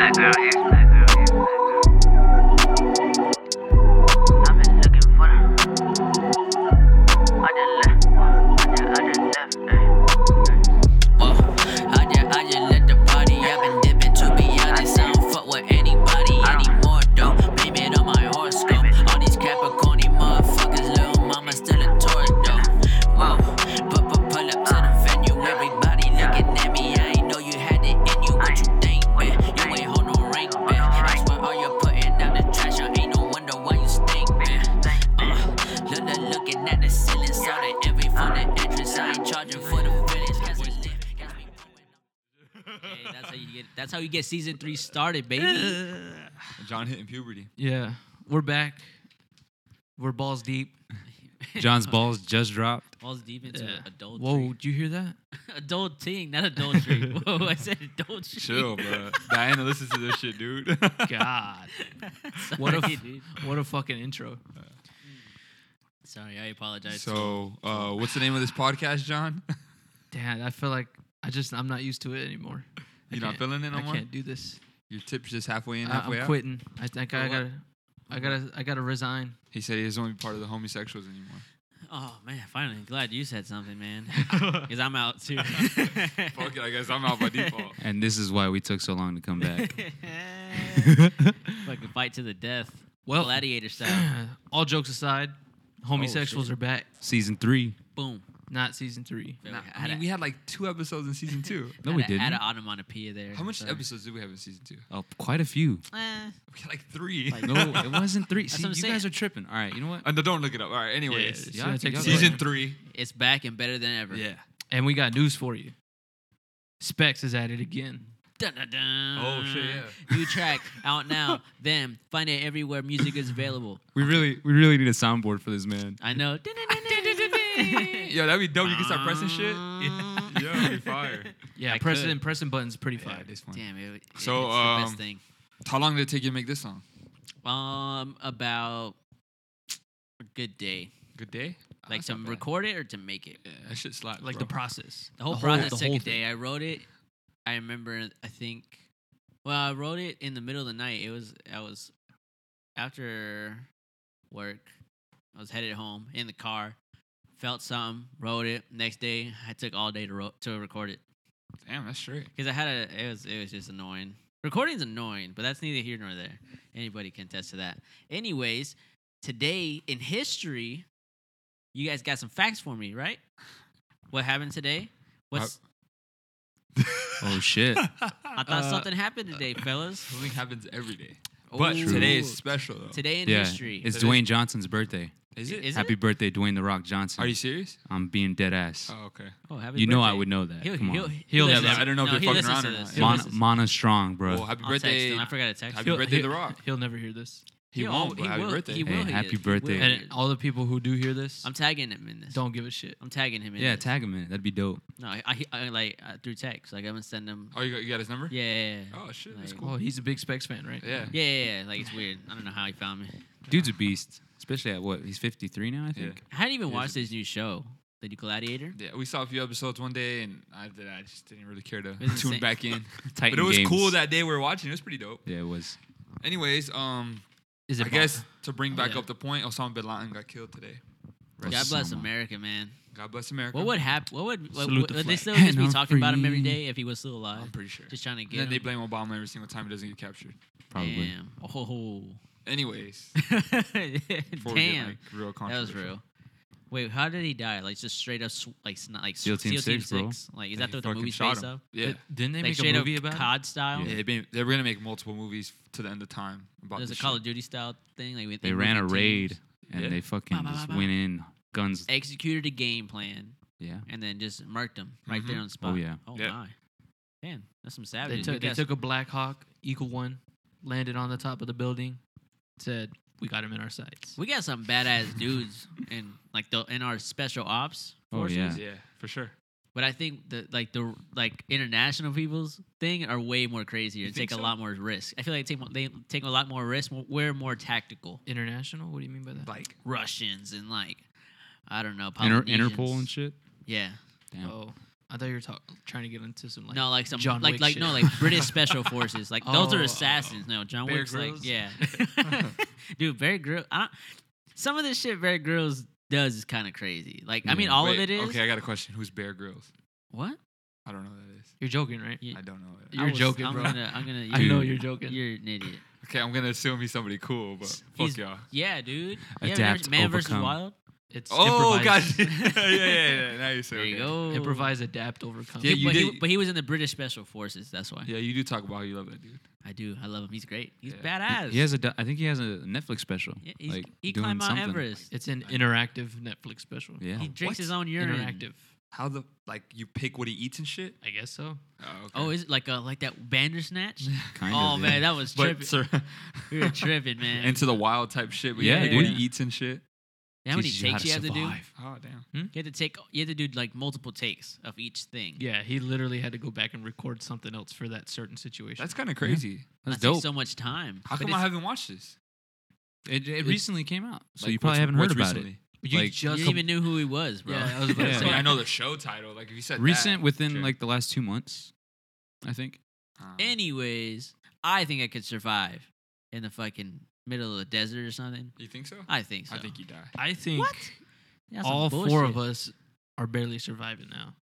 I tell you. I've been looking for them. I just left. I just, I just left. eh. ayy. I just, I just left the party. I've been dipping. To be honest, I don't fuck with anybody anymore though. Blame it on my horoscope. All these Capricorn motherfuckers, little mama still a Taurus though. Whoa, but but pull up to the venue. Everybody looking at me. I ain't know you had it in you. What you think, man? You ain't hold no rank, man. I swear all you're putting out the trash. I ain't no wonder why you stink, man. Uh, look, look, looking at the ceiling. Saw the envy from the entrance. I ain't charging for the feelings. Cause it's lit. Got me pulling up. Hey, that's how you get. That's how you get season three started, baby. John hitting puberty. Yeah, we're back. We're balls deep. John's balls just dropped. Falls deep into Yeah. adultry. Whoa, did you hear that? adulting, not adultery. Whoa, I said adultery. Chill, bro. Diana listens to this shit, dude. God, Sorry, What a f- dude. what a fucking intro. Sorry, I apologize. so, uh, what's the name of this podcast, John? Damn, I feel like I just I'm not used to it anymore. I You're not can't- feeling it no I more? can't do this. Your tip's just halfway in, I, halfway I'm out. quitting. I think For I what? gotta, I gotta, I gotta resign. He said he doesn't want to be part of the homosexuals anymore. oh man, finally, glad you said something, man. Cause I'm out too. Fuck it, I guess I'm out by default. And this is why we took so long to come back. Fucking fight to the death, Well- gladiator style. All jokes aside, homosexuals shit. are back. Season three. Boom. Not season three. Fair. Nah, Had I mean, a- we had like two episodes in season two. No, we Had a- Had didn't. an onomatopoeia there. How much Sorry. episodes did we have in season two? Oh, quite a few. Eh, We had like three. Like- No, it wasn't three. See, what I'm you guys saying. are tripping. All right, you know what? Uh, no, don't look it up. All right, anyways. it's yeah, gonna I take think some Season time. three. It's back and better than ever. Yeah. And we got news for you. Specs is at it again. Dun, dun, dun. Oh, shit, yeah. New track out now. Them find it everywhere music is available. We really, we really need a soundboard for this man. I know. Dun, dun, dun, dun, dun, dun. Yo, that'd be dope. You can start pressing shit. Um, Mm, Yeah, that'd be fire. Yeah, I pressing could. pressing buttons pretty fire. this one. Damn it. it- So, it's the um, best thing. How long did it take you to make this song? Um, about a good day. Good day. Like That's to Ah, not bad. record it or to make it. Yeah, that shit slapped. like the bro. process. The whole The whole- process the took whole a day. I wrote it. I remember. I think. Well, I wrote it in the middle of the night. It was. I was after work. I was headed home in the car. Felt something. Wrote it. Next day, I took all day to ro- to record it Damn, that's straight. because I had a. It was. It was just annoying. Recording's annoying, but that's neither here nor there. Anybody can attest to that. Anyways, today in history, you guys got some facts for me, right? What happened today? What's Uh, Oh shit. I thought Uh, something happened today, fellas. Something happens every day. But Ooh. today is special though. today in yeah, history. it's Dwayne Johnson's birthday. is it? Is Happy it? birthday, Dwayne the Rock Johnson. Are you serious? I'm being dead ass. Oh, okay. Oh, happy you know I birthday. would know that. He'll, Come he'll, on. he He'll listens- never- I don't know if no, you're he fucking listens around to or this. not. He Mon- listens. Mana strong, bro. Well, happy I'll text birthday. him. I forgot to text Happy him. birthday, he'll- The Rock. He'll never hear this. He, He'll- won't. but he happy will- birthday. He will. Hey, he happy is. He birthday. will. And all the people who do hear this, I'm tagging him in this. don't give a shit. I'm tagging him in. yeah, this. tag him in. it. That'd be dope. No, I, I, I like uh, through text. Like I'm gonna send him. Oh, you got, you got his number? Yeah. yeah, yeah. Oh shit, that's Like- cool. Oh, he's a big Specs fan, right? Yeah. Yeah, yeah, yeah. Like it's weird. I don't know how he found me. Dude's a beast. Especially at what? He's 53 now, I Yeah. think. I hadn't even He is watched a- his new show, the new Gladiator. Yeah, we saw a few episodes one day, and after that, I just didn't really care to It's tune insane. back in. Titan but it was Games. cool that day we were watching. It was pretty dope. Yeah, it was. Anyways, um, Is it? I Bob? guess to bring back yeah. up the point, Osama bin Laden got killed today. God bless Osama. America, man. God bless America. What would happen? What would? What, Salute would the would they flag. still just be And I'm talking about him every free. day if he was still alive? I'm pretty sure. Just trying to get. And then they him. blame Obama every single time he doesn't get captured. Probably. Damn. Oh. Anyways, before we get, Damn. like, real That was controversial. real. Wait, how did he die? Like just straight up, sw- like sn- like SEAL Team Six, bro. Like is They that what the fucking movie's shot based him. off? Yeah. Didn't they like make straight a movie up about? it? COD style. Yeah, they've been, they were gonna make multiple movies to the end of time. About There's a this Call shit. of Duty style thing. Like with They ran a moving raid teams. and Yeah. they fucking Ba, ba, just ba, ba. went in guns. executed a game plan, Yeah. and then just murked him right there Mhm. on the spot. yeah. Oh Yeah. my. Man, that's some They savage. took they took a Black Hawk Eagle One, landed on the top of the building, said we got him in our sights. we got some badass dudes in like the in our special ops Oh, forces. yeah. Yeah, for sure. But I think the like the like international people's thing are way more crazier You and think take a so? lot more risk. I feel like they take mo- they take a lot more risk. mo- We're more tactical. International? What do you mean by that? Like Russians and like I don't know Inter- Polynesians. Interpol and shit. Yeah, Damn. Oh, I thought you were talk- trying to get into some like no, like some John like Wick like no shit. like British special forces. Like those are Oh, assassins. No, John Bear Wick's Grylls? like yeah, dude. Barry Grylls. I don't, some of this shit Barry Grylls does is kind of crazy. Like I mean, Yeah. all Wait, of it is Okay, I got a question. Who's Bear Grylls? what? I don't know who that is. You're joking, right? You- I don't know. Who that is. You're I was- joking, I'm bro. Gonna, I'm gonna. I know Dude. you're joking. You're an idiot. Okay, I'm gonna assume he's somebody cool, but He's- fuck y'all. Yeah, dude. Yeah, Adapt, Man versus overcome. Wild. It's Oh god, improvised. yeah, yeah, yeah, yeah. Now you say There okay. you go. improvise, adapt, overcome. Yeah, Yeah, you but, he, did- but he was in the British Special Forces. That's why. Yeah, you do talk about how you love that dude. I do. I love him. He's great. He's He- badass. He has a. do- I think he has a Netflix special. Yeah, he's, like, he doing climbed Mount something. Everest. It's an interactive Netflix special. Yeah. He drinks What? his own urine. interactive. How the like you pick what he eats and shit? I guess so. Oh, okay. Oh, is it like a like that Bandersnatch? Kind oh of, man, that was but tripping. sir, we were tripping, man. into the wild type shit. But yeah, Yeah, what dude. he eats and shit. You know how many teaches you how takes to you have to do? survive. Oh damn. You had to take. You had to do like multiple takes of each thing. Yeah, he literally had to go back and record something else for that certain situation. That's kind of crazy. That's that takes dope. so much time. How But come I it's- haven't watched this? it, it recently came out, so Like, you probably what's- haven't heard what's about recently? you like, you just didn't even knew who he was, bro? Yeah, I was about to Yeah. I say. mean, I know the show title. Like if you it. said Recent, that, within sure. like the last two months, I think. Uh, Anyways, I think I could survive in the fucking middle of the desert or something. you think so? I think so. I think you die. I think What? That's some all four bullshit. of us are barely surviving now.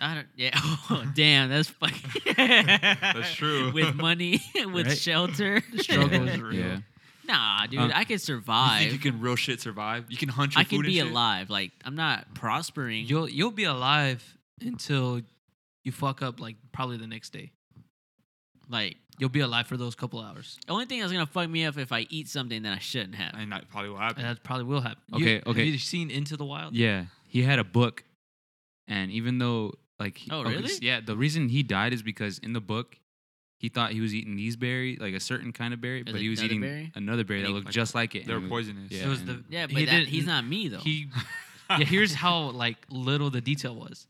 I don't. Yeah. Oh, damn. That's fucking. That's true. With money, with Right? shelter, The struggle is real. Yeah. Nah, dude. Uh, I could You think survive. you can real shit survive? You can hunt your I food could be and shit? alive. Like I'm not prospering. You'll you'll be alive until you fuck up like probably the next day. like You'll be alive for those couple hours. the only thing that's gonna fuck me up if I eat something that I shouldn't have. And that probably will And happen. that probably will happen. You- Okay, Have okay. you seen Into the Wild? Yeah, he had a book, and even though like he- Oh, okay, really? s- yeah, the reason he died is because in the book, he thought he was eating these berries, like a certain kind of berry, There's but he was another eating berry? another berry And that he- looked like, just like it. and They're it was- poisonous. Yeah. It was the and- yeah, he but that, didn't- he's not me though. He yeah, here's how like little the detail was.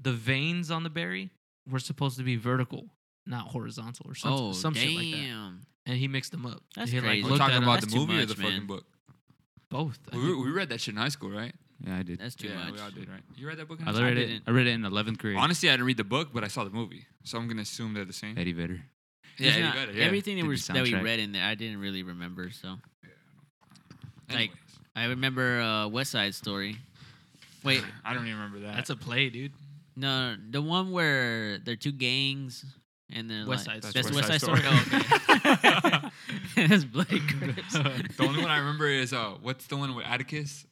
The veins on the berry were supposed to be vertical, not horizontal or some, oh some damn. shit like that. And he mixed them up. That's he, crazy. Like, We're looked talking at about about That's the too movie or much, the fucking man. book. both. I We, think. re- we read that shit in high school, right? yeah, I did. That's too yeah, much. we all did, right? You read that book in I high school? read it. didn't- I read it in eleventh grade. Honestly, I didn't read the book, but I saw the movie, so I'm gonna assume they're the same. Eddie Vedder. Yeah, There's Eddie not- Vedder, yeah. Everything that, Did we the that we soundtrack. read in there, I didn't really remember. So like- Anyways, I remember uh, West Side Story. Wait, I don't even remember that. That's a play, dude. No, no, the one where there are two gangs and they're West like, Side That's Story. West Side West Story. Side Oh, okay. that's Blake Grips. the only one I remember is uh, what's the one with Atticus?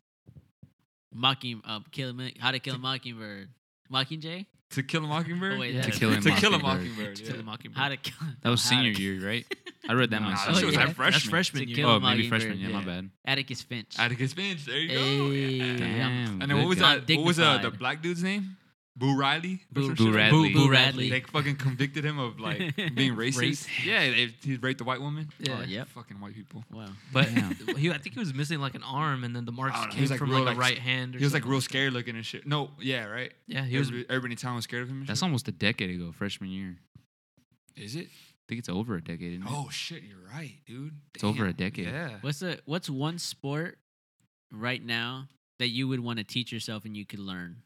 Mocking, uh, kill, a Mo- How to Kill a Mockingbird, Mockingjay. To Kill a Mockingbird. Oh, wait, Yeah. that's- To Kill a to Kill a Mockingbird. Mockingbird. To yeah. the Mockingbird. How to Kill. That was How senior to- year, right? I read that Nah, my that senior shit was year. at freshman. That's freshman To year. kill- Oh, a maybe Mockingbird, freshman. Yeah, my yeah. bad. Atticus Finch. Atticus Finch. There you go. Hey. Yeah. Damn, And then what good was guy. that? What was uh, the Undignified. black dude's name? Boo Riley. or Boo- some shit Boo like that? Radley. Boo Radley. They fucking convicted him of like being racist. Race. Yeah, they, he raped the white woman. Yeah. Oh, yep. Fucking white people. Wow. But Damn. he, I think he was missing like an arm, and then the marks I don't know, he came was, like, from real, like like, a right hand. Or He was like something. real scared looking and shit. No, yeah, right. yeah, he was. Every- everybody in town was scared of him. and That's shit. almost a decade ago, freshman year. Is it? I think it's over a decade. Isn't it? Oh shit, you're right, dude. It's over a Damn. decade. Yeah. What's the What's one sport right now that you would want to teach yourself and you could learn,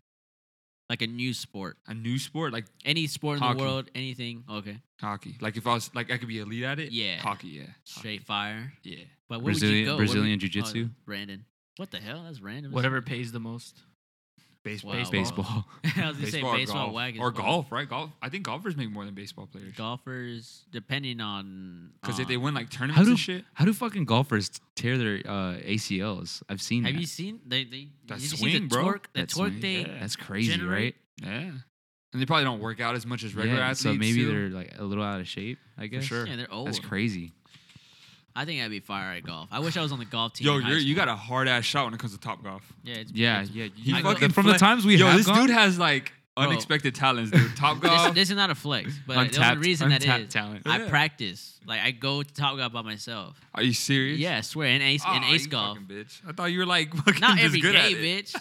like a new sport, A new sport like any sport in Hockey. the world, anything? Okay. hockey. Like if I was like I could be elite at it. Yeah. Hockey. Yeah. Straight fire. Yeah. But where would Brazilian- you go? Where Brazilian would you- jiu-jitsu? Oh, Brandon. What the hell? That's random. as Whatever pays the most. Baseball. Wow. Baseball. I was gonna say or baseball golf. wag is or fun. golf, right? Golf. I think golfers make more than baseball players. Golfers, depending on Because if on- they win like tournaments How do and shit, how do fucking golfers tear their uh, ACLs? I've seen. have that. you seen they they That did you see swing, the bro. torque the That torque swing. they Yeah. That's crazy, generate- yeah. And they probably don't work out as much as right? regular yeah. athletes. So maybe do. they're like a little out of shape. I guess. sure. yeah they're old. That's crazy. I think I'd be fire at golf. I wish I was on the golf team. Yo, in high you're, you school. got a hard ass shot when it comes to Top Golf. yeah it's, Yeah. it's- Yeah. He I go- fucking from the fle- times we Yo, have this gone- dude has like Bro. unexpected talents, dude. Top This, Golf. this is not a flex, but the Untapped- only reason that untapped is talent. I Yeah. practice. Like I go to talk golf by myself. Are you serious? Yeah, I swear. And ace Oh, and ace you golf. fucking Bitch. I thought you were like fucking Not just every good day, at it. bitch.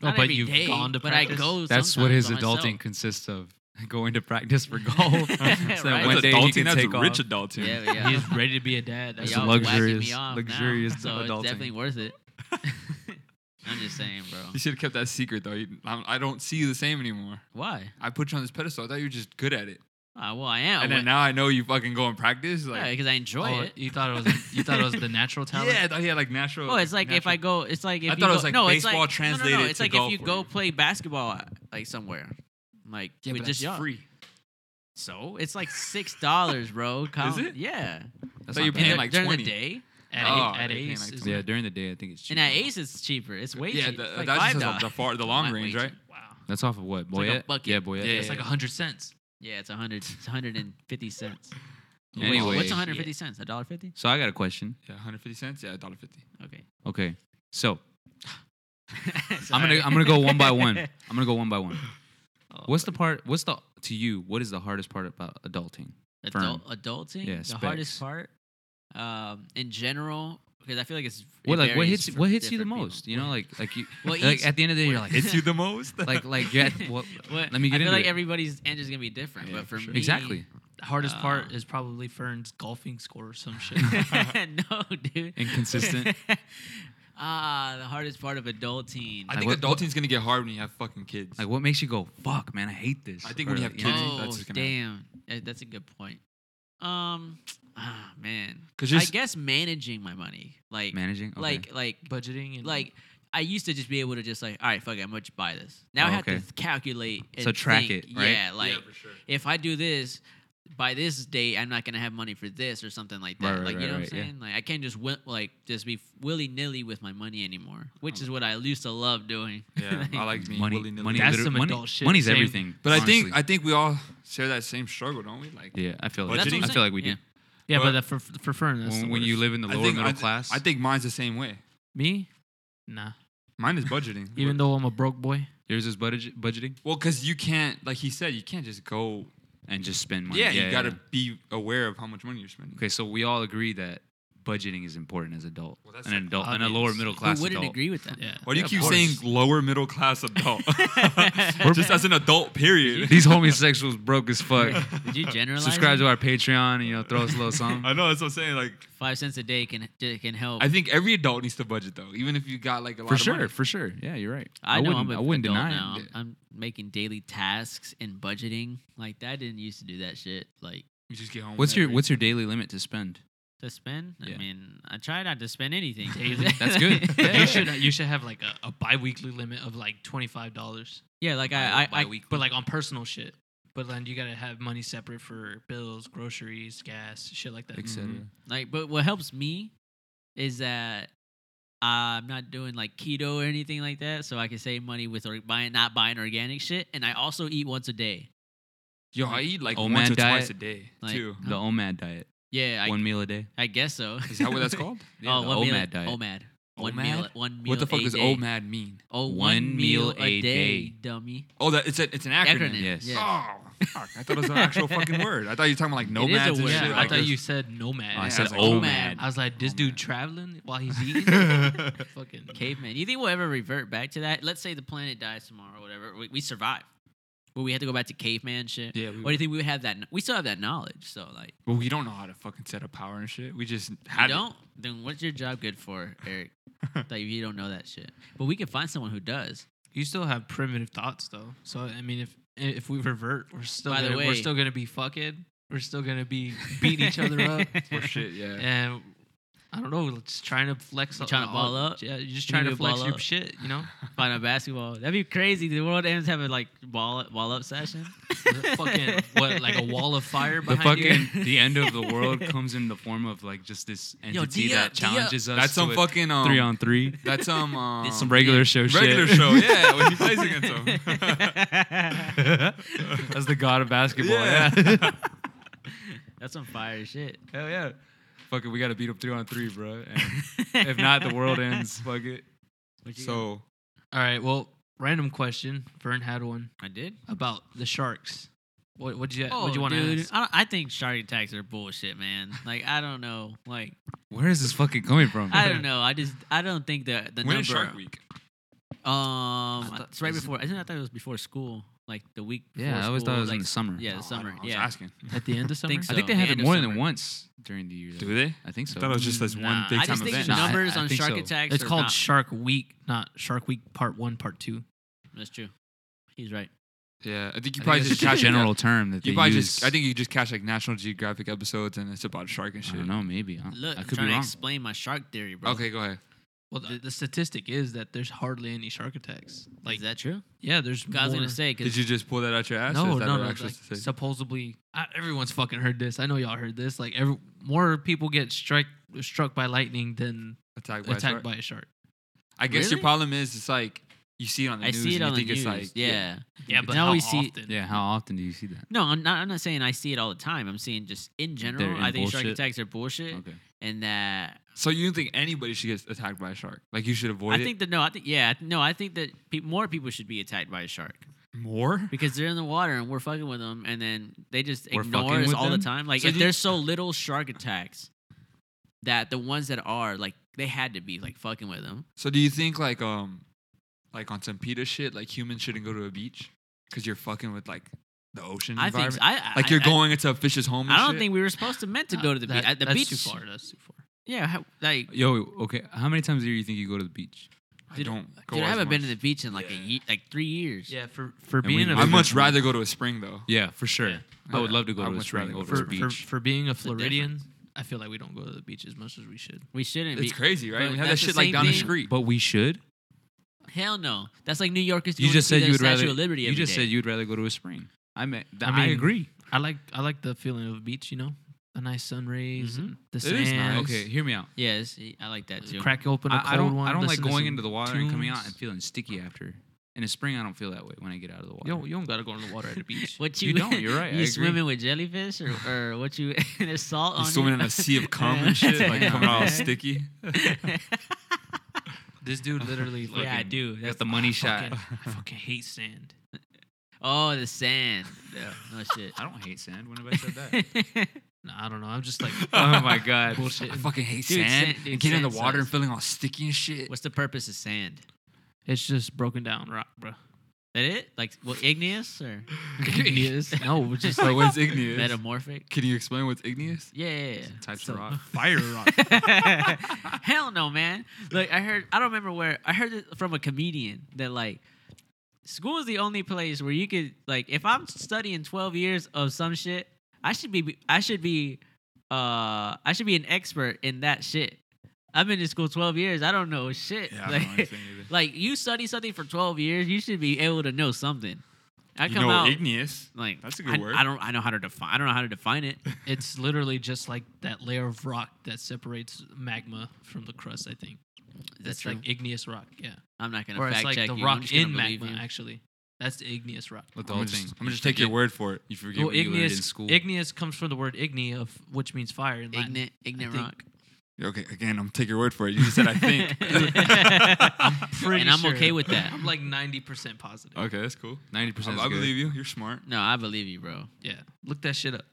Oh, Not but every you've day, gone to but I practice? go. That's what his sometimes by adulting myself. consists of: going to practice for golf. so Right. that one That's day adulting. he can that's take off. rich adulting. Yeah, yeah. He's ready to be a dad. That's Y'all- all. Y'all whacking luxurious- me off now, luxurious so it's adulting. definitely worth it. I'm just saying, bro. You should have kept that secret though. You- I'm- I don't see you the same anymore. Why? I put you on this pedestal. I thought you were just good at it. Uh, well, I am. and then now I know you fucking go and practice. Like, because I enjoy Oh, it. you thought it was you thought it was the natural talent. yeah, I thought he had like natural. Oh, it's like if I natural- go, it's like if you thought it go, was like no, it's baseball like, No, no, no. translated It's to like if golf you for go you. play basketball uh, like somewhere, like Yeah, with but just that's y'all. free. So it's like six dollars, bro. Count- it? Yeah. That's So not you're bad. paying And like during 20. the day, At, Oh, A- at okay, Ace, like is yeah, it? during the day, I think it's and cheap. at Ace it's cheaper. It's way Yeah, cheaper. the, It's like that five just has dollars. the far, the long Wait, range, wait. right? wow, That's off of what? like Boyette? a bucket. Yeah, Boyette. Yeah. it's like hundred cents. Yeah, it's a hundred. It's hundred and fifty cents. Wait, Anyway. what's one hundred fifty cents? A dollar fifty? So I got a question. Yeah, 150 cents. Yeah, dollar fifty. Okay. Okay, so I'm Sorry. gonna I'm gonna go one by one. I'm gonna go one by one. Oh, What's the part? What's the to you? What is the hardest part about adulting? Adult, adulting. Yeah, the hardest specs. part, um, in general, because I feel like it's it What like what varies hits for what hits you the different people. most? You know, like like you What eats- like at the end of the day, you're what- like Hits you the most. like like you're at, what, What- let me I get feel into like it. everybody's end is gonna be different, Yeah, but for for sure. me, exactly the hardest part Uh, is probably Fern's golfing score or some shit. no, dude. inconsistent. ah, the hardest part of adulting. I think what- adulting's gonna get hard when you have fucking kids. like what makes you go fuck man? I hate this. I think Or, when you have like, kids, know, oh, that's what's gonna damn, Eh, that's a good point. Um, ah, man, 'Cause I just- guess managing my money, like, managing okay. like, like, Budgeting Mm-hmm. and like. I used to just be able to just like, all right, fuck it, I'm gonna just buy this. Now I Oh, have okay. to th- calculate. And So track think, it, right? Yeah, like yeah, for sure. if I do this by this date, I'm not gonna have money for this or something like that. Right, right, like you right, know right, what I'm yeah. saying? Like I can't just wi- like just be willy nilly with my money anymore, which Mm-hmm. is what I used to love doing. Yeah, I like being money, willy-nilly. money, That's literally- some money- adult shit. Money's Same. everything. But I think honestly. I think we all share that same struggle, don't we? Like, yeah, I feel like That's what I I'm feel like we saying, do. yeah, but Well, that for for Fern, that's the When, when you worst. live in the I lower think- middle I th- class, I think mine's the same way. me, nah. Mine is budgeting. Even though I'm a broke boy, yours is budget, budgeting well, because you can't, like he said, you can't just go. and just spend money. Yeah, you gotta be aware of how much money you're spending. Okay, so we all agree that budgeting is important as adult, Well, that's an like adult, and a lower obvious. middle Who class wouldn't adult. agree with that? yeah. Why do you Yeah, of keep course. saying lower middle class adult? just as an adult, period. These homosexuals broke as fuck. Did you generalize? it? Subscribe to our Patreon and you know throw us a little something. I know that's what I'm saying. Like, Five cents a day can can help. I think every adult needs to budget though, even if you got like a lot for of sure, money. for sure. Yeah, you're right. I, know wouldn't, I'm a I wouldn't adult deny now. it. I'm- I'm making daily tasks and budgeting. Like that I didn't used to do that shit. Like You just get home. What's with your it. What's your daily limit to spend? to spend. Yeah. I mean, I try not to spend anything. Daily. That's good. Yeah. you should you should have like a, a biweekly limit of like twenty five dollars, yeah, like I, I, I but like on personal shit. But then you gotta have money separate for bills, groceries, gas, shit like that. etc. Mhm. Like, but what helps me is that I'm not doing like keto or anything like that, so I can save money with or buying not buying organic shit, and I also eat once a day. Yo, I eat like Oh, once man, or twice diet. a day Like- too. The OMAD diet, Yeah, I, one meal a day. I guess so. Is that what that's called? Yeah, oh, the one meal, OMAD diet. OMAD. One meal. OMAD? One meal. What the fuck a does day. OMAD mean? Oh, One one meal meal a a day. day, dummy. Oh, that it's a, it's an acronym. Acronym. Yes. Yeah. Oh, fuck! I thought it was an actual fucking word. I thought you were talking about like a nomads and word. shit. Yeah, Yeah, I like thought this. you said nomad. Oh, I Yeah, said it's like OMAD. I was like, this dude Nomad. traveling while he's eating. Fucking Caveman. You think we'll ever revert back to that? Let's say the planet dies tomorrow or whatever. We, we survive. But we have to go back to caveman shit. Yeah, we What do you think we would have that? kn- We still have that knowledge. So like, Well, we don't know how to fucking set up power and shit. We just you had it. don't, then what's your job good for, Eric? that you don't know that shit. But we can find someone who does. You still have primitive thoughts though. So I mean, if if we revert, we're still By the gonna, we're way- still gonna be fucking. We're still gonna be beating each other up. Or shit, yeah. And I don't know, just trying to flex. You tryna ball up? Yeah, you're just You trying need to to flex ball your up. shit. You know, Find a basketball. That'd be crazy. The world ends having like ball ball up session. fucking what like a wall of fire The behind you. fucking the end of the world comes in the form of like just this entity Dia- that Dia- challenges us. That's to some a fucking um, three on three. That's some um, Some regular show shit. regular show. Yeah, when he plays against them. That's the god of basketball. Yeah. yeah. That's some fire shit. Hell yeah. Fuck it, we gotta beat up three on three, bro. And if not, the world ends. Fuck it. What you so All right. Well, random question. Vern had one got? I did. about the sharks. What what you Oh, what you want to dude, ask? I, don't- I think shark attacks are bullshit, man. Like I don't know. Like Where is this fucking coming from? I don't know. I just I don't think the the when number. is Shark Week? Um, I thought- it's right isn't- before. I think I thought it was before school, like the week. Before Yeah, I always school, thought it was like, in the summer. Yeah, Oh, I summer. don't- I was Yeah, asking. At the end of summer. think I think so, they have the it end of more summer. than once. during the year. Do they? I think so. Mm. I thought it was just this one Nah, big I time just think event. No, I- numbers I on think shark so. attacks. It's are called not- Shark Week, not Shark Week Part One, Part Two. That's true. He's right. Yeah, I think you I probably think just it's a catch general term that You they probably use. just I think you just catch like National Geographic episodes and it's about shark and I shit. don't know. Maybe I, Look, I I'm could trying be to wrong. explain my shark theory, bro. Okay, go ahead. Well, the, the statistic is that there's hardly any shark attacks. Like, Like, is that true? yeah, there's. I was more- gonna say Did because you just pull that out your ass? or No, is that no, an no. actual like, statistic? supposedly, I, everyone's fucking heard this. I know y'all heard this. Like, every, more people get strike struck by lightning than attack by a attacked shark. by a shark. I guess Really? your problem is it's like you see it on the I news. see it and on you the think news. it's like yeah. Yeah, but Now how we see- often? Yeah. How often do you see that? No, I'm not. I'm not saying I see it all the time. I'm saying just in general. in I think shark bullshit. attacks are bullshit, Okay. and that So you don't think anybody should get attacked by a shark? Like you should avoid I it think that no, I think yeah, no, I think that pe- more people should be attacked by a shark more. because they're in the water and we're fucking with them, and then they just We're ignore fucking us with all them? the time. Like So if you- there's so little shark attacks, that the ones that are like they had to be like fucking with them. So do you think like um like on some PETA shit like humans shouldn't go to a beach because you're fucking with like the ocean I think environment? so. I, I- like you're I- going into a fish's home. I and don't shit? think we were supposed to Uh, meant to go to the That- beach. At the that's beach too far. That's too far. Yeah, how- like Yo. Okay. How many times a year do you think you go to the beach? I Dude, don't. Go dude, I as haven't been to much. the beach in like a Yeah. ye- like three years. Yeah, for for And we being a live I'd in much rather go to a spring though. Yeah, for sure. Yeah. I would Yeah. love to go I to a much rather spring go over to the for, a for, beach. for being a a Floridian, I feel like we don't go to the beach as much as we should. We shouldn't It's be. crazy, right? but We have that that's the shit like same down the thing- street. But we should. Hell no. That's like New Yorkers. You going just to see said the you would Statue rather. Of Liberty You every just day. said you'd rather go to a spring. I mean, I I, mean, agree. I like I like the feeling of a beach. You know, the nice sun rays, Mhm. and the It is sand. nice. Okay, hear me out. Yes, I like that too. Crack open a cold I, I don't. one. I don't like listen to going some into the water and coming out tunes. and feeling sticky after. In the spring, I don't feel that way when I get out of the water. Yo, you don't gotta go in the water at the beach. What you, You don't, you're right, I you agree. swimming with jellyfish or, or what you there's salt You're on swimming you? in a sea of cum and shit, like coming out all sticky. this dude literally. like, yeah, I do. That's got the money shot. Fucking, I fucking hate sand. oh the sand. No shit. I don't hate sand. When have I said that? No, I don't know. I'm just like, oh my god. Bullshit. I fucking hate Dude, sand. sand- dude, and getting in sand the water and sucks. feeling all sticky and shit. What's the purpose of sand? it's just broken down rock, bro. That it? Like well, igneous or Igneous? No, it's just Wait, like what's igneous? metamorphic? Can you explain what's igneous? Yeah, yeah, yeah. Types So- of rock. fire rock. Hell no, man. Like I heard, I don't remember where I heard it from a comedian that like school is the only place where you could like if I'm studying 12 years of some shit, I should be I should be uh I should be an expert in that shit. I've been in school 12 years. I don't know shit. like, like you study something for 12 years, you should be able to know something. I you come know out igneous. like That's a good I- word. I don't I know how to define I don't know how to define it. It's literally just like that layer of rock that separates magma from the crust. I think That's that's true. like igneous rock. Yeah, I'm not gonna or fact it's like check the you. I'm rock just gonna in believe magma. you. Actually, that's the igneous rock. Let the I'm whole gonna thing. just, I'm gonna just take your word for it. You forget Well, what you learned in igneous, school. igneous comes from the word igni, of which means fire. In Latin. Ignorant, ignorant think- rock. Okay, again, I'm taking your word for it. You just said I think. I'm pretty And I'm sure. okay with that. I'm like ninety percent Oh. positive. okay, that's cool. Ninety percent. I, I believe you. You're smart. No, I believe you, bro. Yeah, look that shit up.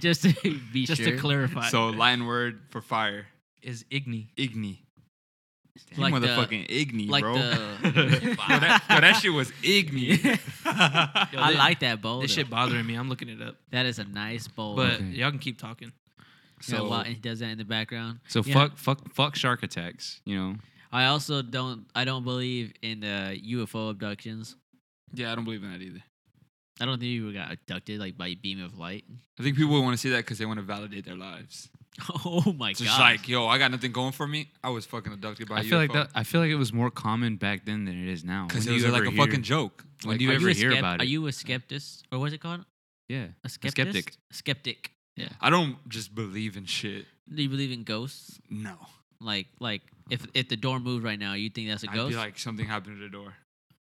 Just to be Just sure. to clarify, So Latin word for fire, is igni. igni. Damn, Like the- motherfucking igni, like bro. the- yo, that, yo, that shit was igni. Yo, I thi- like that bowl. This though. shit bothering me. I'm looking it up, that is a nice bowl. but Okay. y'all can keep talking. so so- while he does that in the background. So Yeah. fuck, fuck, fuck shark attacks. You know. I also don't. I don't believe in the UFO abductions. yeah, I don't believe in that either. I don't think you got abducted like by a beam of light. I think people want to see that because they want to validate their lives. Oh my It's god! just like, yo, I got nothing going for me. I was fucking abducted by a I feel like UFO. that. I feel like it was more common back then than it is now. Because When it do was you like ever a hear- fucking joke. When Like, do you are ever you a hear skep- about Are it? you a skeptic or what's it called? Yeah. A skeptic. skeptic. Skeptic. Yeah. I don't just believe in shit. Do you believe in ghosts? No. Like, like if if the door moved right now, you think that's a I'd ghost? be like, something happened to the door.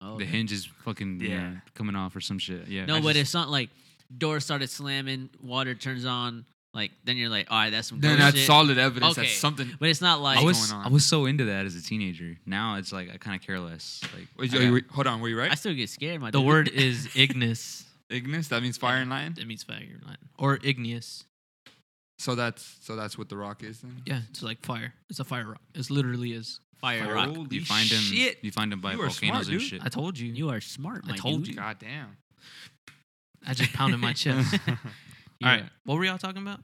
oh, The okay. hinge is fucking yeah. Yeah. coming off or some shit. Yeah. No, I but just- if something like door started slamming, water turns on, like then you're like, all right, that's some Then ghost that's shit. solid evidence Okay. that something. But it's not like I What's was going I on? was so into that as a teenager. Now it's like I kind of care less. Like Wait, I yo, you got- were- hold on, were you I right? still get scared. My The dude. word is ignis. Ignis, that means fire and lion. It means fire in Latin. or igneous. So that's so that's what the rock is then. Yeah, it's like fire. It's a fire rock. It literally is. fire rock. Holy you find him. shit. You find him by You are smart, volcanoes and dude. shit. I told you. You are smart. I My told dude. Um, you. God damn. I just pounded my chest. Yeah. All right, what were y'all talking about?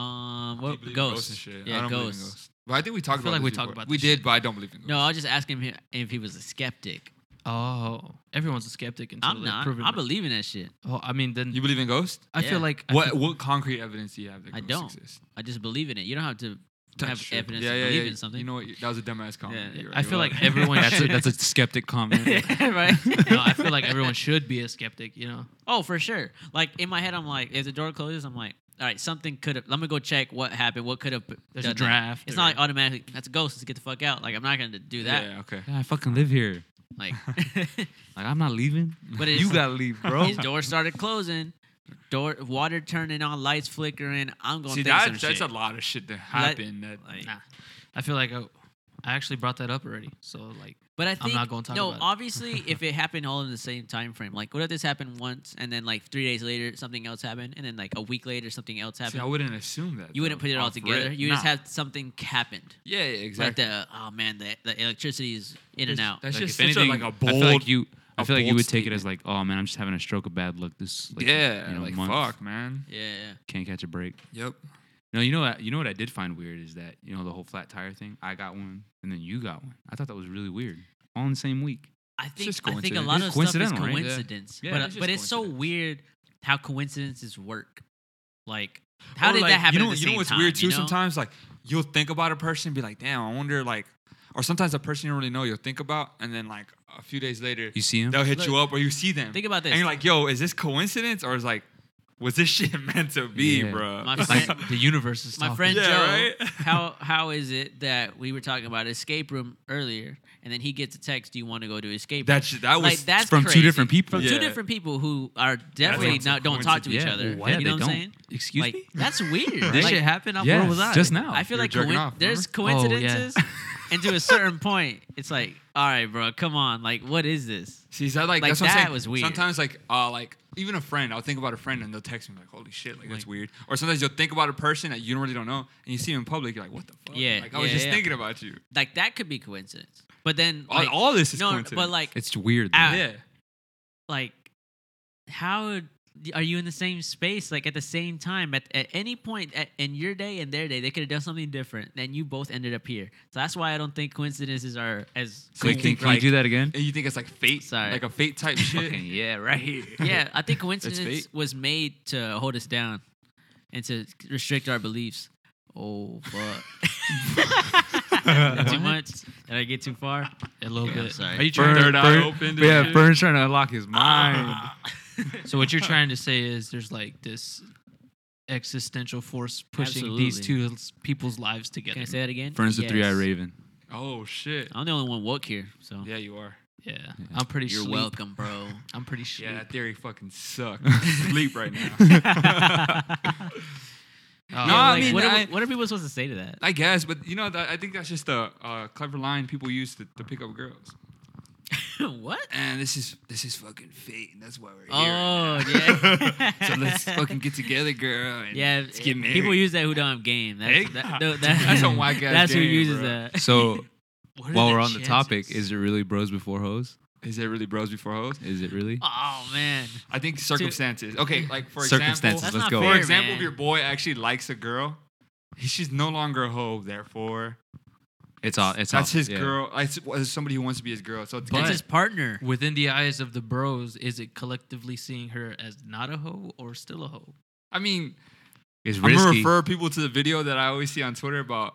Um, He what believes ghosts? and shit. Yeah, I don't ghosts. believe in ghosts. But I think we talked I feel about like this we talked before. about We this did, shit. but I don't believe in ghosts. No, I was just asking him if he was a skeptic. Oh, everyone's a skeptic until I'm they're not. proven I right. believe in that shit. Oh, I mean, then You believe in ghosts? I Yeah. feel like I What think- what concrete evidence do you have that I ghosts don't. exist? I just believe in it. You don't have to have That's true. evidence Yeah, to yeah, believe yeah. in something. You know what? That was a dumbass comment. Yeah, You're I right, feel you're like right. everyone That's a, should. that's a skeptic comment. right? no, I feel like everyone should be a skeptic. You know, Oh, for sure. Like in my head, I'm like, if the door closes, I'm like, all right, something could have. Let me go check what happened. What could have? there's a draft. It's or- not like automatically. That's a ghost. Let's get the fuck out. Like I'm not gonna do that. Yeah, okay. Yeah, I fucking live here. Like, Like I'm not leaving. but it's, You gotta leave, bro. his door started closing. Door water turning on, lights flickering. I'm gonna See, think some that, that's shit. a lot of shit that happened. That, like- Nah, I feel like I, I actually brought that up already. So like, But I think not gonna talk no. about it. obviously, if it happened all in the same time frame, like what if this happened once and then like three days later something else happened, and then like a week later something else see, I happened. wouldn't assume that. you wouldn't though, put it all off rip. together. You just Nah. have something happened. Yeah, yeah, exactly. Like the oh man, the, the electricity is in and out. That's Like, just if such a, anything, like a I bold. feel like you. I a feel like you bold would take it as like, oh man, I'm just having a stroke of bad luck. This like, yeah, you know, like month. fuck, man. yeah, yeah. can't catch a break. Yep. No, you know what? You know what I did find weird is that you know the whole flat tire thing. I got one, and then you got one. I thought that was really weird. All in the same week. I think just I think a coincidence. lot It's of stuff is coincidental, right? Yeah. coincidence. Yeah, but it's but just it's so coincidence. weird how coincidences work. Like how Or, did like, that happen? You know, at the you know same what's time, weird too. you know? Sometimes like you'll think about a person, be like, damn, I wonder like, or sometimes a person you don't really know, you'll think about, and then like a few days later, You see him? they'll hit you Look, up or you see them. think about this. and you're like, yo, is this coincidence or is like, was this shit meant to be, Yeah. bro? My like friend- the universe is my talking. friend Yeah, Joe, right? how how is it that we were talking about escape room earlier, and then he gets a text, "Do you want to go to escape room?" that shit, that was like that's from two crazy. different people. From Yeah. two different people who are definitely sounds not like don't talk to each Yeah, other. well, yeah, you they know what I'm don't. saying? Excuse like me. that's weird. This Like, shit happened. I'm, Where Yes, was I? just now. I feel You like were jerking coin- off, there's remember? Oh, yeah. coincidences, and to a certain point, it's like, all right, bro, come on, like, what is this? See, is that like, Like, that's what I'm that saying. was weird. Sometimes like uh like even a friend, I'll think about a friend and they'll text me like, holy shit, like, that's weird. Or sometimes you'll think about a person that you really don't know and you see them in public, you're like, what the fuck? Yeah, Like I was yeah, just yeah. thinking about you. Like that could be coincidence, but then All, like, all this is no, coincidence. but like, It's weird. Ah. though. yeah. like how d- are you in the same space like at the same time at, at any point at, in your day and their day they could have done something different and you both ended up here so that's why i don't think coincidences are as So Wait, you can, think, can you do like- that again? And you think it's like fate, Sorry. like a fate type Fucking shit. yeah, right here. yeah i think fate. coincidence was made to hold us down and to restrict our beliefs oh fuck too much did i get too far A little Yeah, I'm bit. sorry. Are you Burn. trying? Third eye opened and Yeah, shit. Burn's trying to unlock his mind. To, so what you're trying to say is there's like this existential force pushing these two Absolutely. s- people's lives together. can i say that again Burn's the three-eyed Yes. raven. oh shit. i'm the only one woke here so Yeah, you are. Yeah, I'm pretty. you're sleep. welcome bro I'm pretty sure. Yeah, that theory fucking sucks. Sleep right now. No, I mean, what, are, we- I- what are people supposed to say to that I guess, but you know, that, I think that's just a uh, clever line people use to, to pick up girls. what? And this is this is fucking fate, and that's why we're Oh yeah. so let's fucking get together, girl. And yeah. let's get married. People use that who don't game. That's Hey. that, that, That's a whack ass That's who game, uses bro. that. So What are while the we're on the topic, chances? is it really bros before hoes? Is it really bros before hoes? Is it really? Oh man. I think circumstances. Okay, like for Circumstances. That's example, not let's go. fair, for example, man. if your boy actually likes a girl, he- she's no longer a hoe. Therefore, It's all. It's that's all, his yeah. girl. That's well, somebody who wants to be his girl. So it's that's good. his partner. within the eyes of the bros, is it collectively seeing her as not a hoe or still a hoe? I mean, It's I'm gonna risky. refer people to the video that I always see on Twitter about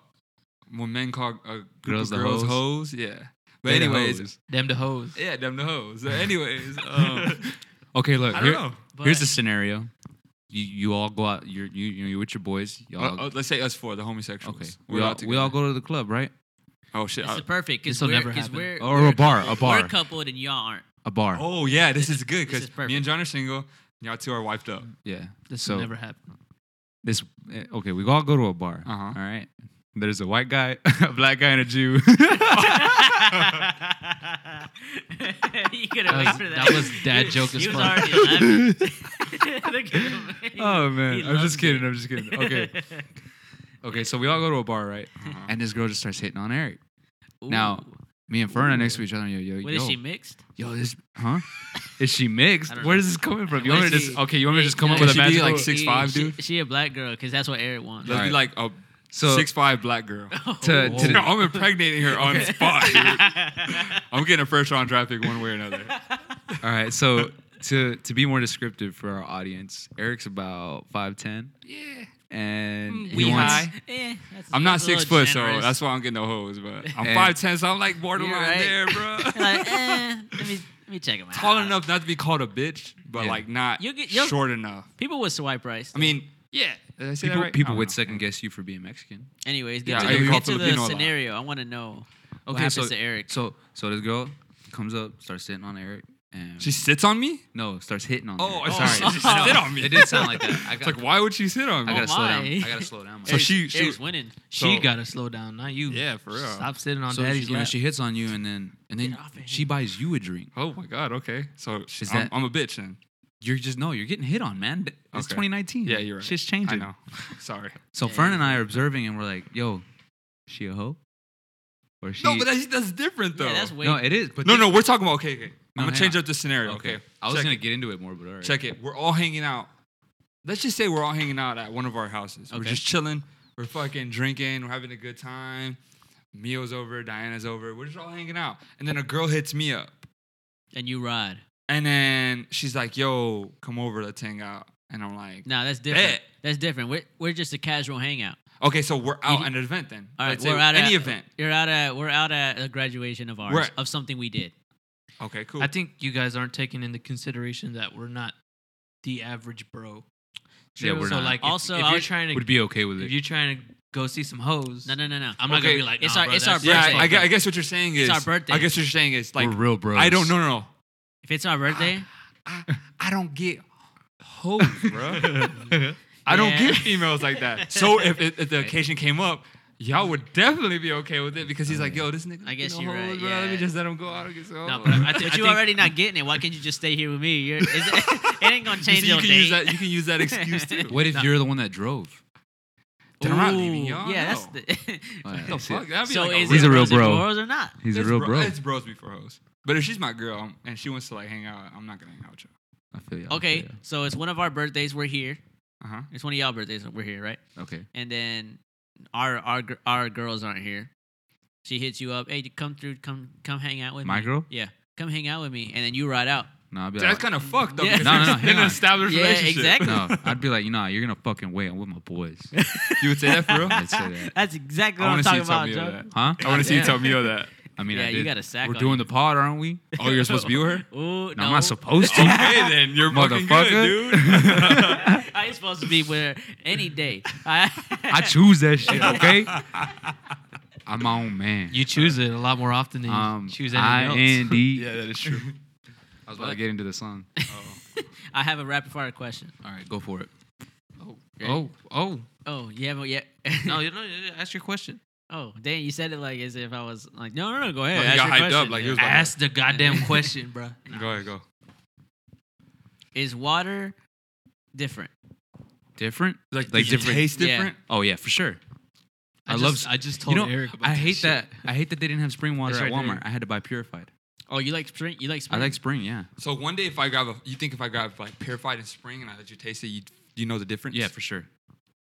when men call a group Girls of the girls hoes. hoes. Yeah, but They're the anyways, hoes. Them the hoes. yeah, them the hoes. So anyways, um, Okay, look. I here- don't know. Here's But- the scenario: you you all go out. You're you you- you're with your boys. Y'all, Uh, uh, let's say us four, the homosexuals. okay. We're We all, out we all together. go to the club, right? Oh shit! This I- is perfect because This'll we're, never 'cause happen. we're Or we're a bar, a coupled- We're bar. coupled and y'all aren't. A bar. oh yeah, this is good this because is me perfect. and John are single. and Y'all two are wiped up. Yeah. This so will never happen. this eh, okay. We all go to a bar. Uh-huh. all right. There's a white guy, a black guy, and a Jew. you could That have was- waited for that. that was dad joke as He was fuck. already laughing. Look at him. oh man, He I'm loves just kidding. it. I'm just kidding. Okay, okay. So we all go to a bar, right? Uh-huh. And this girl just starts hitting on Eric. Ooh. Now, Me and Ferna next to each other. and Yo, yo, What yo, is she mixed? yo, this, huh? Is she mixed? I don't Where know. is this coming from? You What want me to is just she- okay? You want me to just come up Yeah, with a she be magical? like six five, she, dude? she a black girl because that's what Eric wants. Let's be Alright. like a so six five black girl. to, to Dude, I'm impregnating her on the spot. dude. I'm getting a first round draft pick one way or another. all right. So to to be more descriptive for our audience, Eric's about five ten. Yeah. Hmm, And he We wants. high. Eh, that's- I'm not that's a six little foot, so generous. that's why I'm getting no hoes. But I'm Hey. five ten, so I'm like borderline You're right. there, bro. like, eh, let me let me check him out. Tall enough not to be called a bitch, but Yeah. like not You'll get- you'll- short enough. People would swipe right. I mean, yeah. Did I say that People, right? I people don't would know. second guess you for being Mexican. anyways, yeah, get I to the, call get to Filipino a the lot. scenario. I want to know what Okay, happens so to Eric. so so this girl comes up, starts sitting on Eric, and She sits on me. no, starts hitting on. Oh, I Eric. thought sorry. she I know. sit on me. It did sound like that. I It's got, like, why would she sit on I me? gotta Oh slow down. my. I gotta slow down. So she, she Eric's winning. She So- gotta slow down, not you. yeah, for real. Stop sitting on so daddy's she, you know, lap. she hits on you, and then and then Get off of she him. buys you a drink. Oh my god. Okay. So she's Is I'm, that- I'm a bitch then. You're just no, you're getting hit on, man. It's Okay. 2019. Yeah, you're right. Shit's changing. I know. Sorry. So Yeah, Fern you're and I are observing, and we're like, "Yo, she a hoe?" Or she? no, but that's, that's different though. Yeah, that's way. no, it is. But no, thi- no. We're talking about okay. okay. No, I'm gonna hang change on. up the scenario. Okay. Okay. I was Check gonna it. get into it more, but all right. Check it. We're all hanging out. Let's just say we're all hanging out at one of our houses. We're Okay. just chilling. We're fucking drinking. We're having a good time. Mio's over. Diana's over. We're just all hanging out. And then a girl hits me up. and you ride. And then she's like, yo, come over. Let's hang out. And I'm like, No, that's different. Bet. That's different. We're we're just a casual hangout. okay, so we're out You- at an event then. All right, Let's say we're out any at event. You're out at we're out at a graduation of ours We're- of something we did. Okay, cool. I think you guys aren't taking into consideration that we're not the average bro. Yeah, we're so not. like, if- Also, if, I you're would- trying to Would be okay with if it. you're trying to go see some hoes, No, no, no, no. I'm not Okay. gonna be like, It's "Nah, our- bro, it's that's- our yeah, that's birthday. I, I fucked gue- up." I guess what you're saying is It's our birthday. I guess what you're saying is like we're real bros. I don't no no no. If it's our birthday, I, I don't get hoes, bro. I don't Yeah. get females like that. So if, it, if the occasion came up, y'all would definitely be okay with it because he's like, yo, this nigga. I guess no you're hoes, right, bro. Let me yeah. just let him go out and get some. No, hoes." but I, I, but thi- I you think- already not getting it. Why can't you just stay here with me? You're, is it, it ain't gonna you, change see, you your can date. use that. You can use that excuse too. What if you're the one that drove? Then I'm not leaving y'all. Yeah, no. that's the. Alright, What the see ya. fuck. That'd be so like "Oh, is He's it a real bros and bro. bros or not? He's a it's real bro. It's bros before hoes. But if she's my girl and she wants to like hang out, I'm not gonna hang out with you. I feel you. I Okay, feel so it's one of our birthdays. We're here. Uh huh. It's one of y'all birthdays. We're here, right? ya. Okay. And then our our gr- our girls aren't here. She hits you up. Hey, come through. Come come hang out with My me. girl? Yeah, come hang out with me. And then you ride out. No, I'd be That's like, kind of fucked up. Yeah. because No, no, no, it's hang An on. established Yeah, relationship. exactly. no, I'd be like, you know, you're gonna fucking wait. I'm with my boys. You would say that for real? I'd say that. That's exactly I what want I'm to see talking you tell about, me Joe. that. Huh? I want to see you Goddamn. tell me that. I mean, Yeah, I you did. got a sack We're on doing you. the pod, aren't we? Oh, you're supposed to be with her? Ooh, No, no, I'm not supposed to. Okay, then you're fucking good, Motherfucker. dude. I ain't supposed to be with her any day. I, I choose that shit. Okay. I'm my own man. You choose it a lot more often than you um, choose I anything else. N D. yeah, that is true. I was about to get into the song. I have a rapid fire question. All right, go for it. Oh, oh, Oh, you haven't yet. no, you know, you- ask your question. Oh, dang, you said it like as if I was like, no, no, no, go Oh, ahead. No, he ask got your hyped up, question. like he Yeah. was like- Ask the goddamn question, bro. Go ahead, go. Is water different? Different? Like, Like does it different- taste Yeah. different? Oh yeah, for sure. I, just, love. I just you told know, Eric. About I this hate shit. that. I hate that they didn't have spring water It's at right Walmart. there. I had to buy purified. Oh, you like spring? You like I spring? like spring. Yeah. So one day, if I grab a, you think if I grab like purified in spring and I let you taste it, you you know the difference? Yeah, for sure.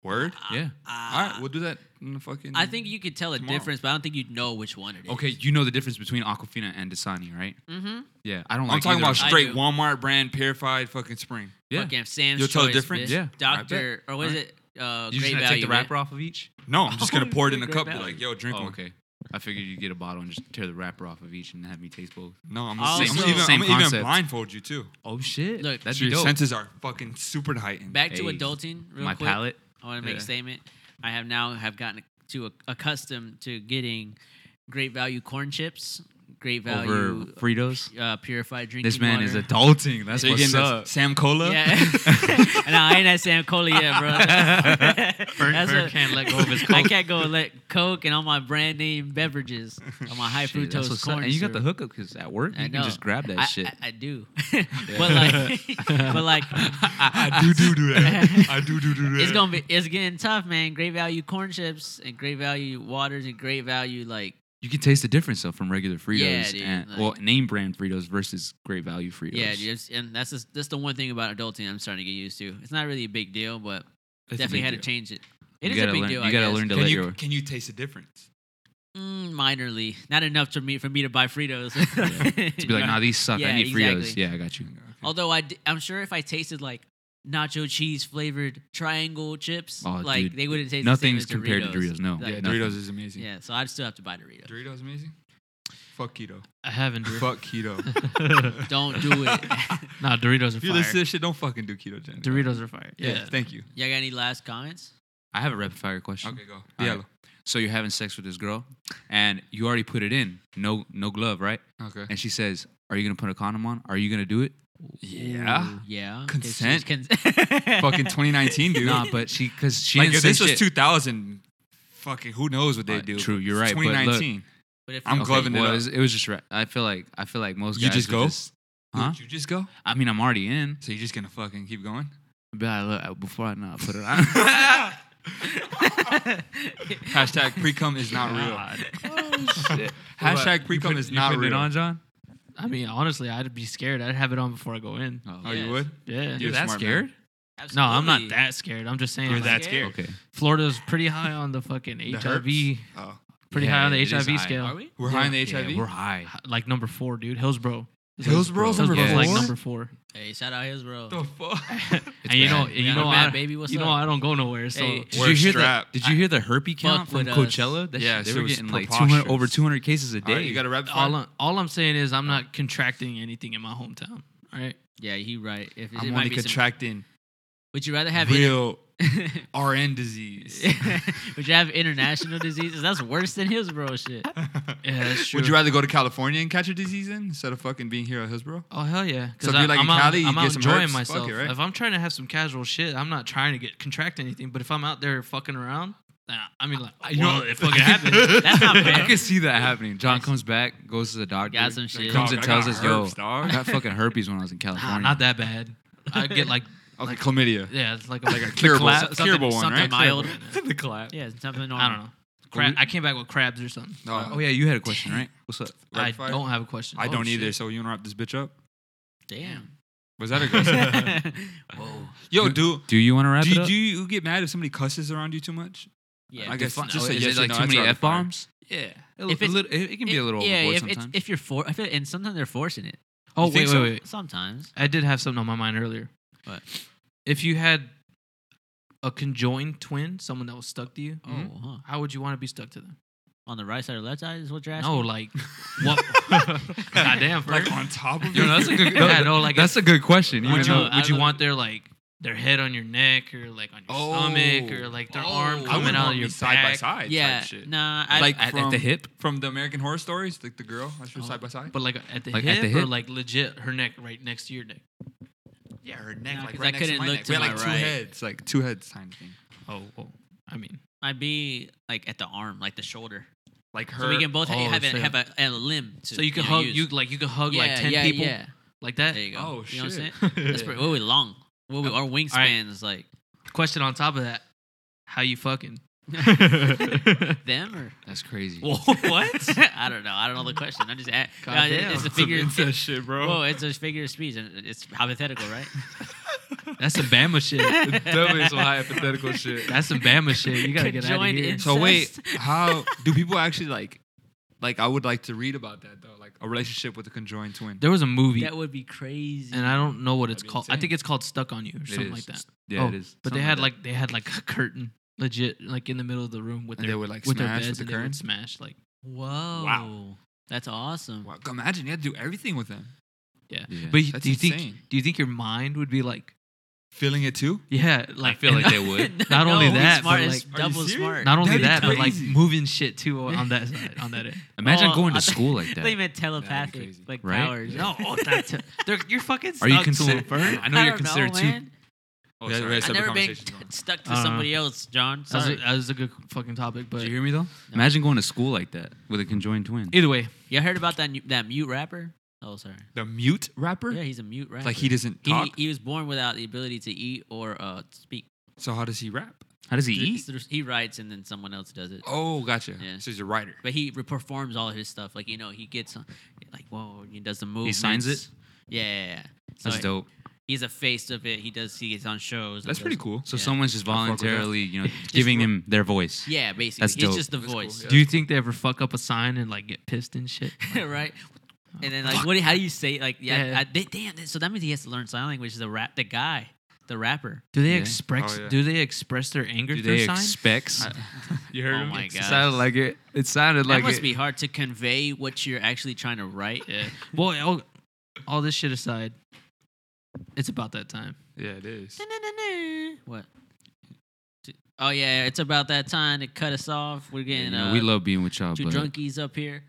Word. Yeah. All right, we'll do that. In the fucking. Uh, I think you could tell a Tomorrow. difference, but I don't think you'd know which one it is. Okay, you know the difference between Aquafina and Dasani, right? Mm-hmm. Yeah. I don't. I'm like talking either about of them. I straight do. Walmart brand purified fucking spring. Yeah. Fucking Sam's You'll tell the Choice, difference? bitch. Yeah. I bet. Doctor, or what is it? Uh, You just great gonna value. take the right? wrapper off of each? No, I'm just gonna pour it in a Great cup. Be value. like, yo, drink Oh, one. okay. I figured you'd get a bottle and just tear the wrapper off of each and have me taste both. No, I'm Also- gonna, I'm Same- even, same I'm gonna even concept. blindfold you too. Oh shit! Look, that'd So be your dope. senses are fucking super heightened. Back to Hey, adulting, real My quick. palate. I want to make Yeah. a statement. I have now have gotten to accustomed to getting great value corn chips, great over value Fritos. uh, purified drinking This man is water. adulting. That's so you're what's getting up. this Sam Cola. Yeah, no, I ain't at Sam Cola yet, bro. Fern- That's Fern what- can't let go of his I Coke. can't go and let Coke and all my brand name beverages, on my high Shit, that's fructose what's up. corn. And you got the syrup. hookup because at work you I can know. just grab that I, shit. I, I do, but like, but like, I do do do that. I do do do that. it's gonna be it's getting tough, man. Great value corn chips and great value waters and great value like you You can taste the difference though from regular Fritos dude, and like- well name brand Fritos versus great value Fritos. Yeah, dude, it's- and that's just, that's the one thing about adulting I'm starting to get used to. It's not really a big deal, but It's a definitely big had deal. to change it. You It is gotta a big learn- deal. you I gotta guess. learn to Can let you your- can you taste the difference? Mm, minorly, not enough to me for me to buy Fritos. To be like, nah, these suck. I Yeah, need Fritos. exactly. Yeah, I got you. Although I, d- I'm sure if I tasted like nacho cheese flavored triangle chips, Oh, like dude, they wouldn't taste the Nothing's same as compared to Doritos. No. Like, yeah, nothing. Doritos is amazing. Yeah, so I'd still have to buy Doritos. Doritos amazing. Fuck keto. I haven't. Dor- Fuck keto. Don't do it. nah, Doritos are if you fire. listen to this shit, don't fucking do keto, Jen. Doritos are fire. Yeah, thank you. Y'all got any last comments? I have a rapid fire question. Okay, go. All Yeah. right. So you're having sex with this girl, and you already put it in. No, no glove, right? Okay. And she says, "Are you gonna put a condom on? Are you gonna do it?" Yeah. Ooh, yeah. 'cause Consent? she's fucking 2019, dude. Nah, but she because she like didn't if say this was shit. 2000, fucking who knows what they Uh, do? true, you're It's right, but look, 2019. But if I'm Okay, gloving it well, up. was- It was just. Ra- I feel like I feel like most You guys just would go? huh? Did you just go? I mean, I'm already in. So you're just gonna fucking keep going? But I look, before I not put it on. Hashtag precum is not real. Hashtag You precum put- is you not putting real. it on, John. I mean, honestly, I'd be scared. I'd have it on before I go in. Oh, Oh, Yes. you would? Yeah. You're you're that smart, man. scared? No, I'm not that scared. I'm just saying. You're like, that scared. Okay. Florida's pretty high on the fucking herps? HIV. Oh, Pretty Yeah, high on the it is HIV high. scale. Are we? we're high on the HIV. Yeah, we're high. Like number four, dude. Hillsborough. Is Hillsboro's like, number Hillsboroug's like four? number four. Hey, shout out his bro. the fuck? It's and you know, bad. you Yeah, know, man, I, baby, what's you know, up? I don't go nowhere. So Hey. Did We're you hear strapped. the Did you hear the herpes count Fuck from with us. Coachella? That Yeah, shit, they so were it's getting like 200, over preposterous. 200 cases a day. All right, you got a rapid fire? all, I'm, all I'm saying is I'm not contracting anything in my hometown. All right. Yeah, he right. If it, I'm might only be some- contracting would you rather have real inter- RN disease. would you have international diseases? That's worse than his bro shit. Yeah, that's true. Would you rather go to California and catch a disease in instead of fucking being here at Hillsborough? Oh hell yeah! So 'Cause if you're, I- like, in I'm out- Cali, you I'm get out some enjoying herpes, fuck myself. it, right? If I'm trying to have some casual shit, I'm not trying to get contract anything. But if I'm out there fucking around, nah, I mean, like, you know- well, it fucking happens. That's not I fair. can see that happening. John comes back, goes to the doctor, Got some shit. comes Dog, and I tells got us, "Yo, herpes, dog." I got fucking herpes when I was in Nah, California." not that bad. I get like, Okay, chlamydia. yeah, it's like a, like a curable- something- curable one, something right? mild. the clap. Yeah, something normal. I don't know. Crab, I came back with crabs or something. No, Oh yeah, you had a question, right? What's up? I Rapid fire? don't have a question. I Oh, don't either. shit. So you wanna wrap this bitch up? Damn. Was that aggressive? Whoa. Yo, do Do you want to wrap do it you, up? do you get mad if somebody cusses around you too much? Yeah. I guess Defi- just oh, say is yes it or like no, too that's many rapid f bombs? Yeah. It, If it's- it, it can be a little yeah, overboard if it's- sometimes. if you're for, if it, and sometimes they're forcing it. You Oh wait, think wait, so? wait. Sometimes. I did have something on my mind earlier. What? If you had a conjoined twin, someone that was stuck to you, Oh, huh. how would you want to be stuck to them? On the right side or left side is what you're asking. No, like what? Goddamn, Like first. on top of Yo, it? that's a good. Yeah, no, like that's a good question. would even you though- know, I would you don't- want their like their head on your neck or like on your stomach or like their Oh. arm I I coming would out want of your me side by back? side. yeah, type shit. nah, I, like at, from at the hip. from the American Horror Stories, like the girl, I should side by side. But like at the, Like, hip, at the or hip? like legit her neck right next to your neck. yeah, her neck, Nah, 'cause I next couldn't my look to we had my like two right. heads, like two heads kind of thing. Oh, well, I mean, I'd be like at the arm, like the shoulder. Like her. so we can both ha- oh, have, so- a, have a, a limb. To, so you can know, hug use. you like you can hug yeah, like ten yeah, people Yeah. like that. There you go. Oh, you know what I'm shit. saying? That's pretty. We're long. We're, our wingspans Question on top of that, how you fucking? like them or That's crazy. what? I don't know. I don't know the question. I'm just at, God uh, it- damn. it's a Some figure. That shit, bro. Whoa, it's a figure of speech, and it's hypothetical, right? That's some Bama shit. Definitely some high hypothetical shit. That's some Bama shit. You gotta get out of Conjoined here. in- So wait, Incest. how do people actually like? Like I would like to read about that though, like a relationship with a conjoined twin. There was a movie, that would be crazy. and I don't know what it's That'd be called. I insane. think it's called "Stuck on You" or It something is. like that. Yeah, Oh, it is. But Something they had that. like they had like a curtain, legit, like in the middle of the room with And their they would, like, with smash their with beds the and they curtain? would smash like Whoa, that's awesome. Wow, imagine you had to do everything with them, yeah. Yeah. But you- That's do you think insane. do you think your mind would be like feeling it too. yeah like feel like and- they would. Not only he's that, but, smart, like- it's Are you double serious? smart. not only That'd be that but like crazy. moving shit too on that side, on that end. imagine Oh, going I to thought- school like They that. meant telepathic, crazy. like Right? powers. No, that's they're, you're fucking. Are you stuck to considered? them. I know I you're don't considedered know, two. man. Oh, We had- sorry. we had I've never separate been conversations going on. stuck to Uh, somebody else, John. That was, a, Sorry. that was a good fucking topic, but Did you hear me though? Imagine going to school like that with a conjoined twin. either way, you heard about that nu- that mute rapper? Oh, sorry. The mute rapper, Yeah, he's a mute rapper. like he doesn't He, talk. he was born without the ability to eat or uh, speak. so how does he rap? How does he Th- eat? th- He writes and then someone else does it. Oh, gotcha. Yeah. So he's a writer. But he re- performs all his stuff. Like you know, he gets on- like whoa, he does the movie. He signs it? Yeah, yeah, yeah. So That's dope. He's a face of it. He does. He gets on shows. and That's pretty does- cool. So yeah. someone's just fuck with that. voluntarily, you know, giving ro- them their voice. Yeah, basically, That's he's dope. just the That's cool, voice, yeah. Do you think they ever fuck up a sign and like get pissed and shit? right? And then like, what? do you- How do you say like? Yeah, Yeah. I, they, damn. So that means he has to learn sign language. The rap, the guy, the rapper. Do they Yeah. express? Oh, yeah. Do they express their anger Do through they signs? expect? You heard Oh him? my It God. sounded like it. It sounded That like must it. be hard to convey what you're actually trying to write. yeah. Well, all, all this shit aside, it's about that time. Yeah, it is. What? Oh yeah, it's about that time to cut us off. We're You getting know, uh, we love being with y'all, two but drunkies up here.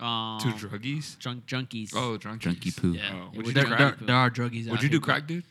Um, Two druggies? drunk junkies. Oh, drunk drunky poo. Yeah. Oh, Yeah, would we're you do There, drunk crack? there, people. there are druggies. Would out you do here, crack, dude?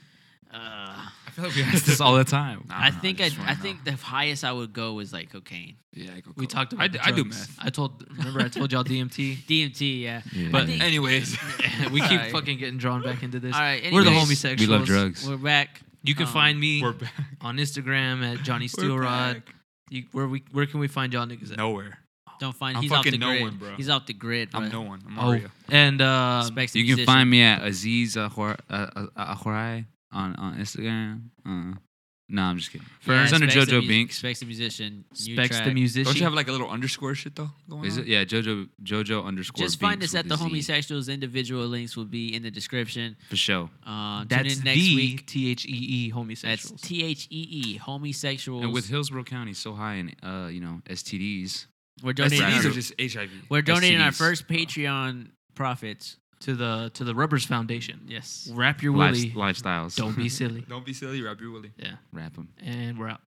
Uh, I feel like we asked this all. the time. I think I, just wanna I know. think the highest I would go is like cocaine, Yeah, I go but We coke. talked about. I, the d- I do drugs. meth. I told. Remember, I told y'all DMT. DMT. Yeah, Yeah. but Yeah. Anyways, we keep Sorry. fucking getting drawn back into this. all right. We're the anyways, homosexuals. We love drugs. We're back. You can Um, find me we're back. on Instagram at Johnny We're Steel Rod. back. You, where we where can we find y'all niggas at? Nowhere. Don't find. I'm He's off the fucking no grid. one, bro. He's off the grid. I'm bruh. no one. I'm Oh, Mario. and uh, Specs the You can musician. find me at Aziz Ahor- uh, uh, Ahorai on on Instagram. Uh, no, I'm just kidding. Yeah, it's under Specs the JoJo mus- Binks. Specs the musician. new Specs the track. musician. Don't you have like a little underscore shit though? Going Is on? it? Yeah, JoJo JoJo underscore. Just find Binks us at with the a Z. homosexuals. Individual links will be in the description. for show. Uh, That's tune in next the week. T H E E That's homosexuals. T H E E homosexuals. And with Hillsborough County so high in uh, you know STDs, we're donating. STDs Our, are just HIV. we're donating our STDs. first Patreon profits. to the to the Rubbers Foundation. Yes. Wrap your life, willy. lifestyles. Don't be silly. Don't be silly, Rob. You're willing. yeah, wrap them. and we're out.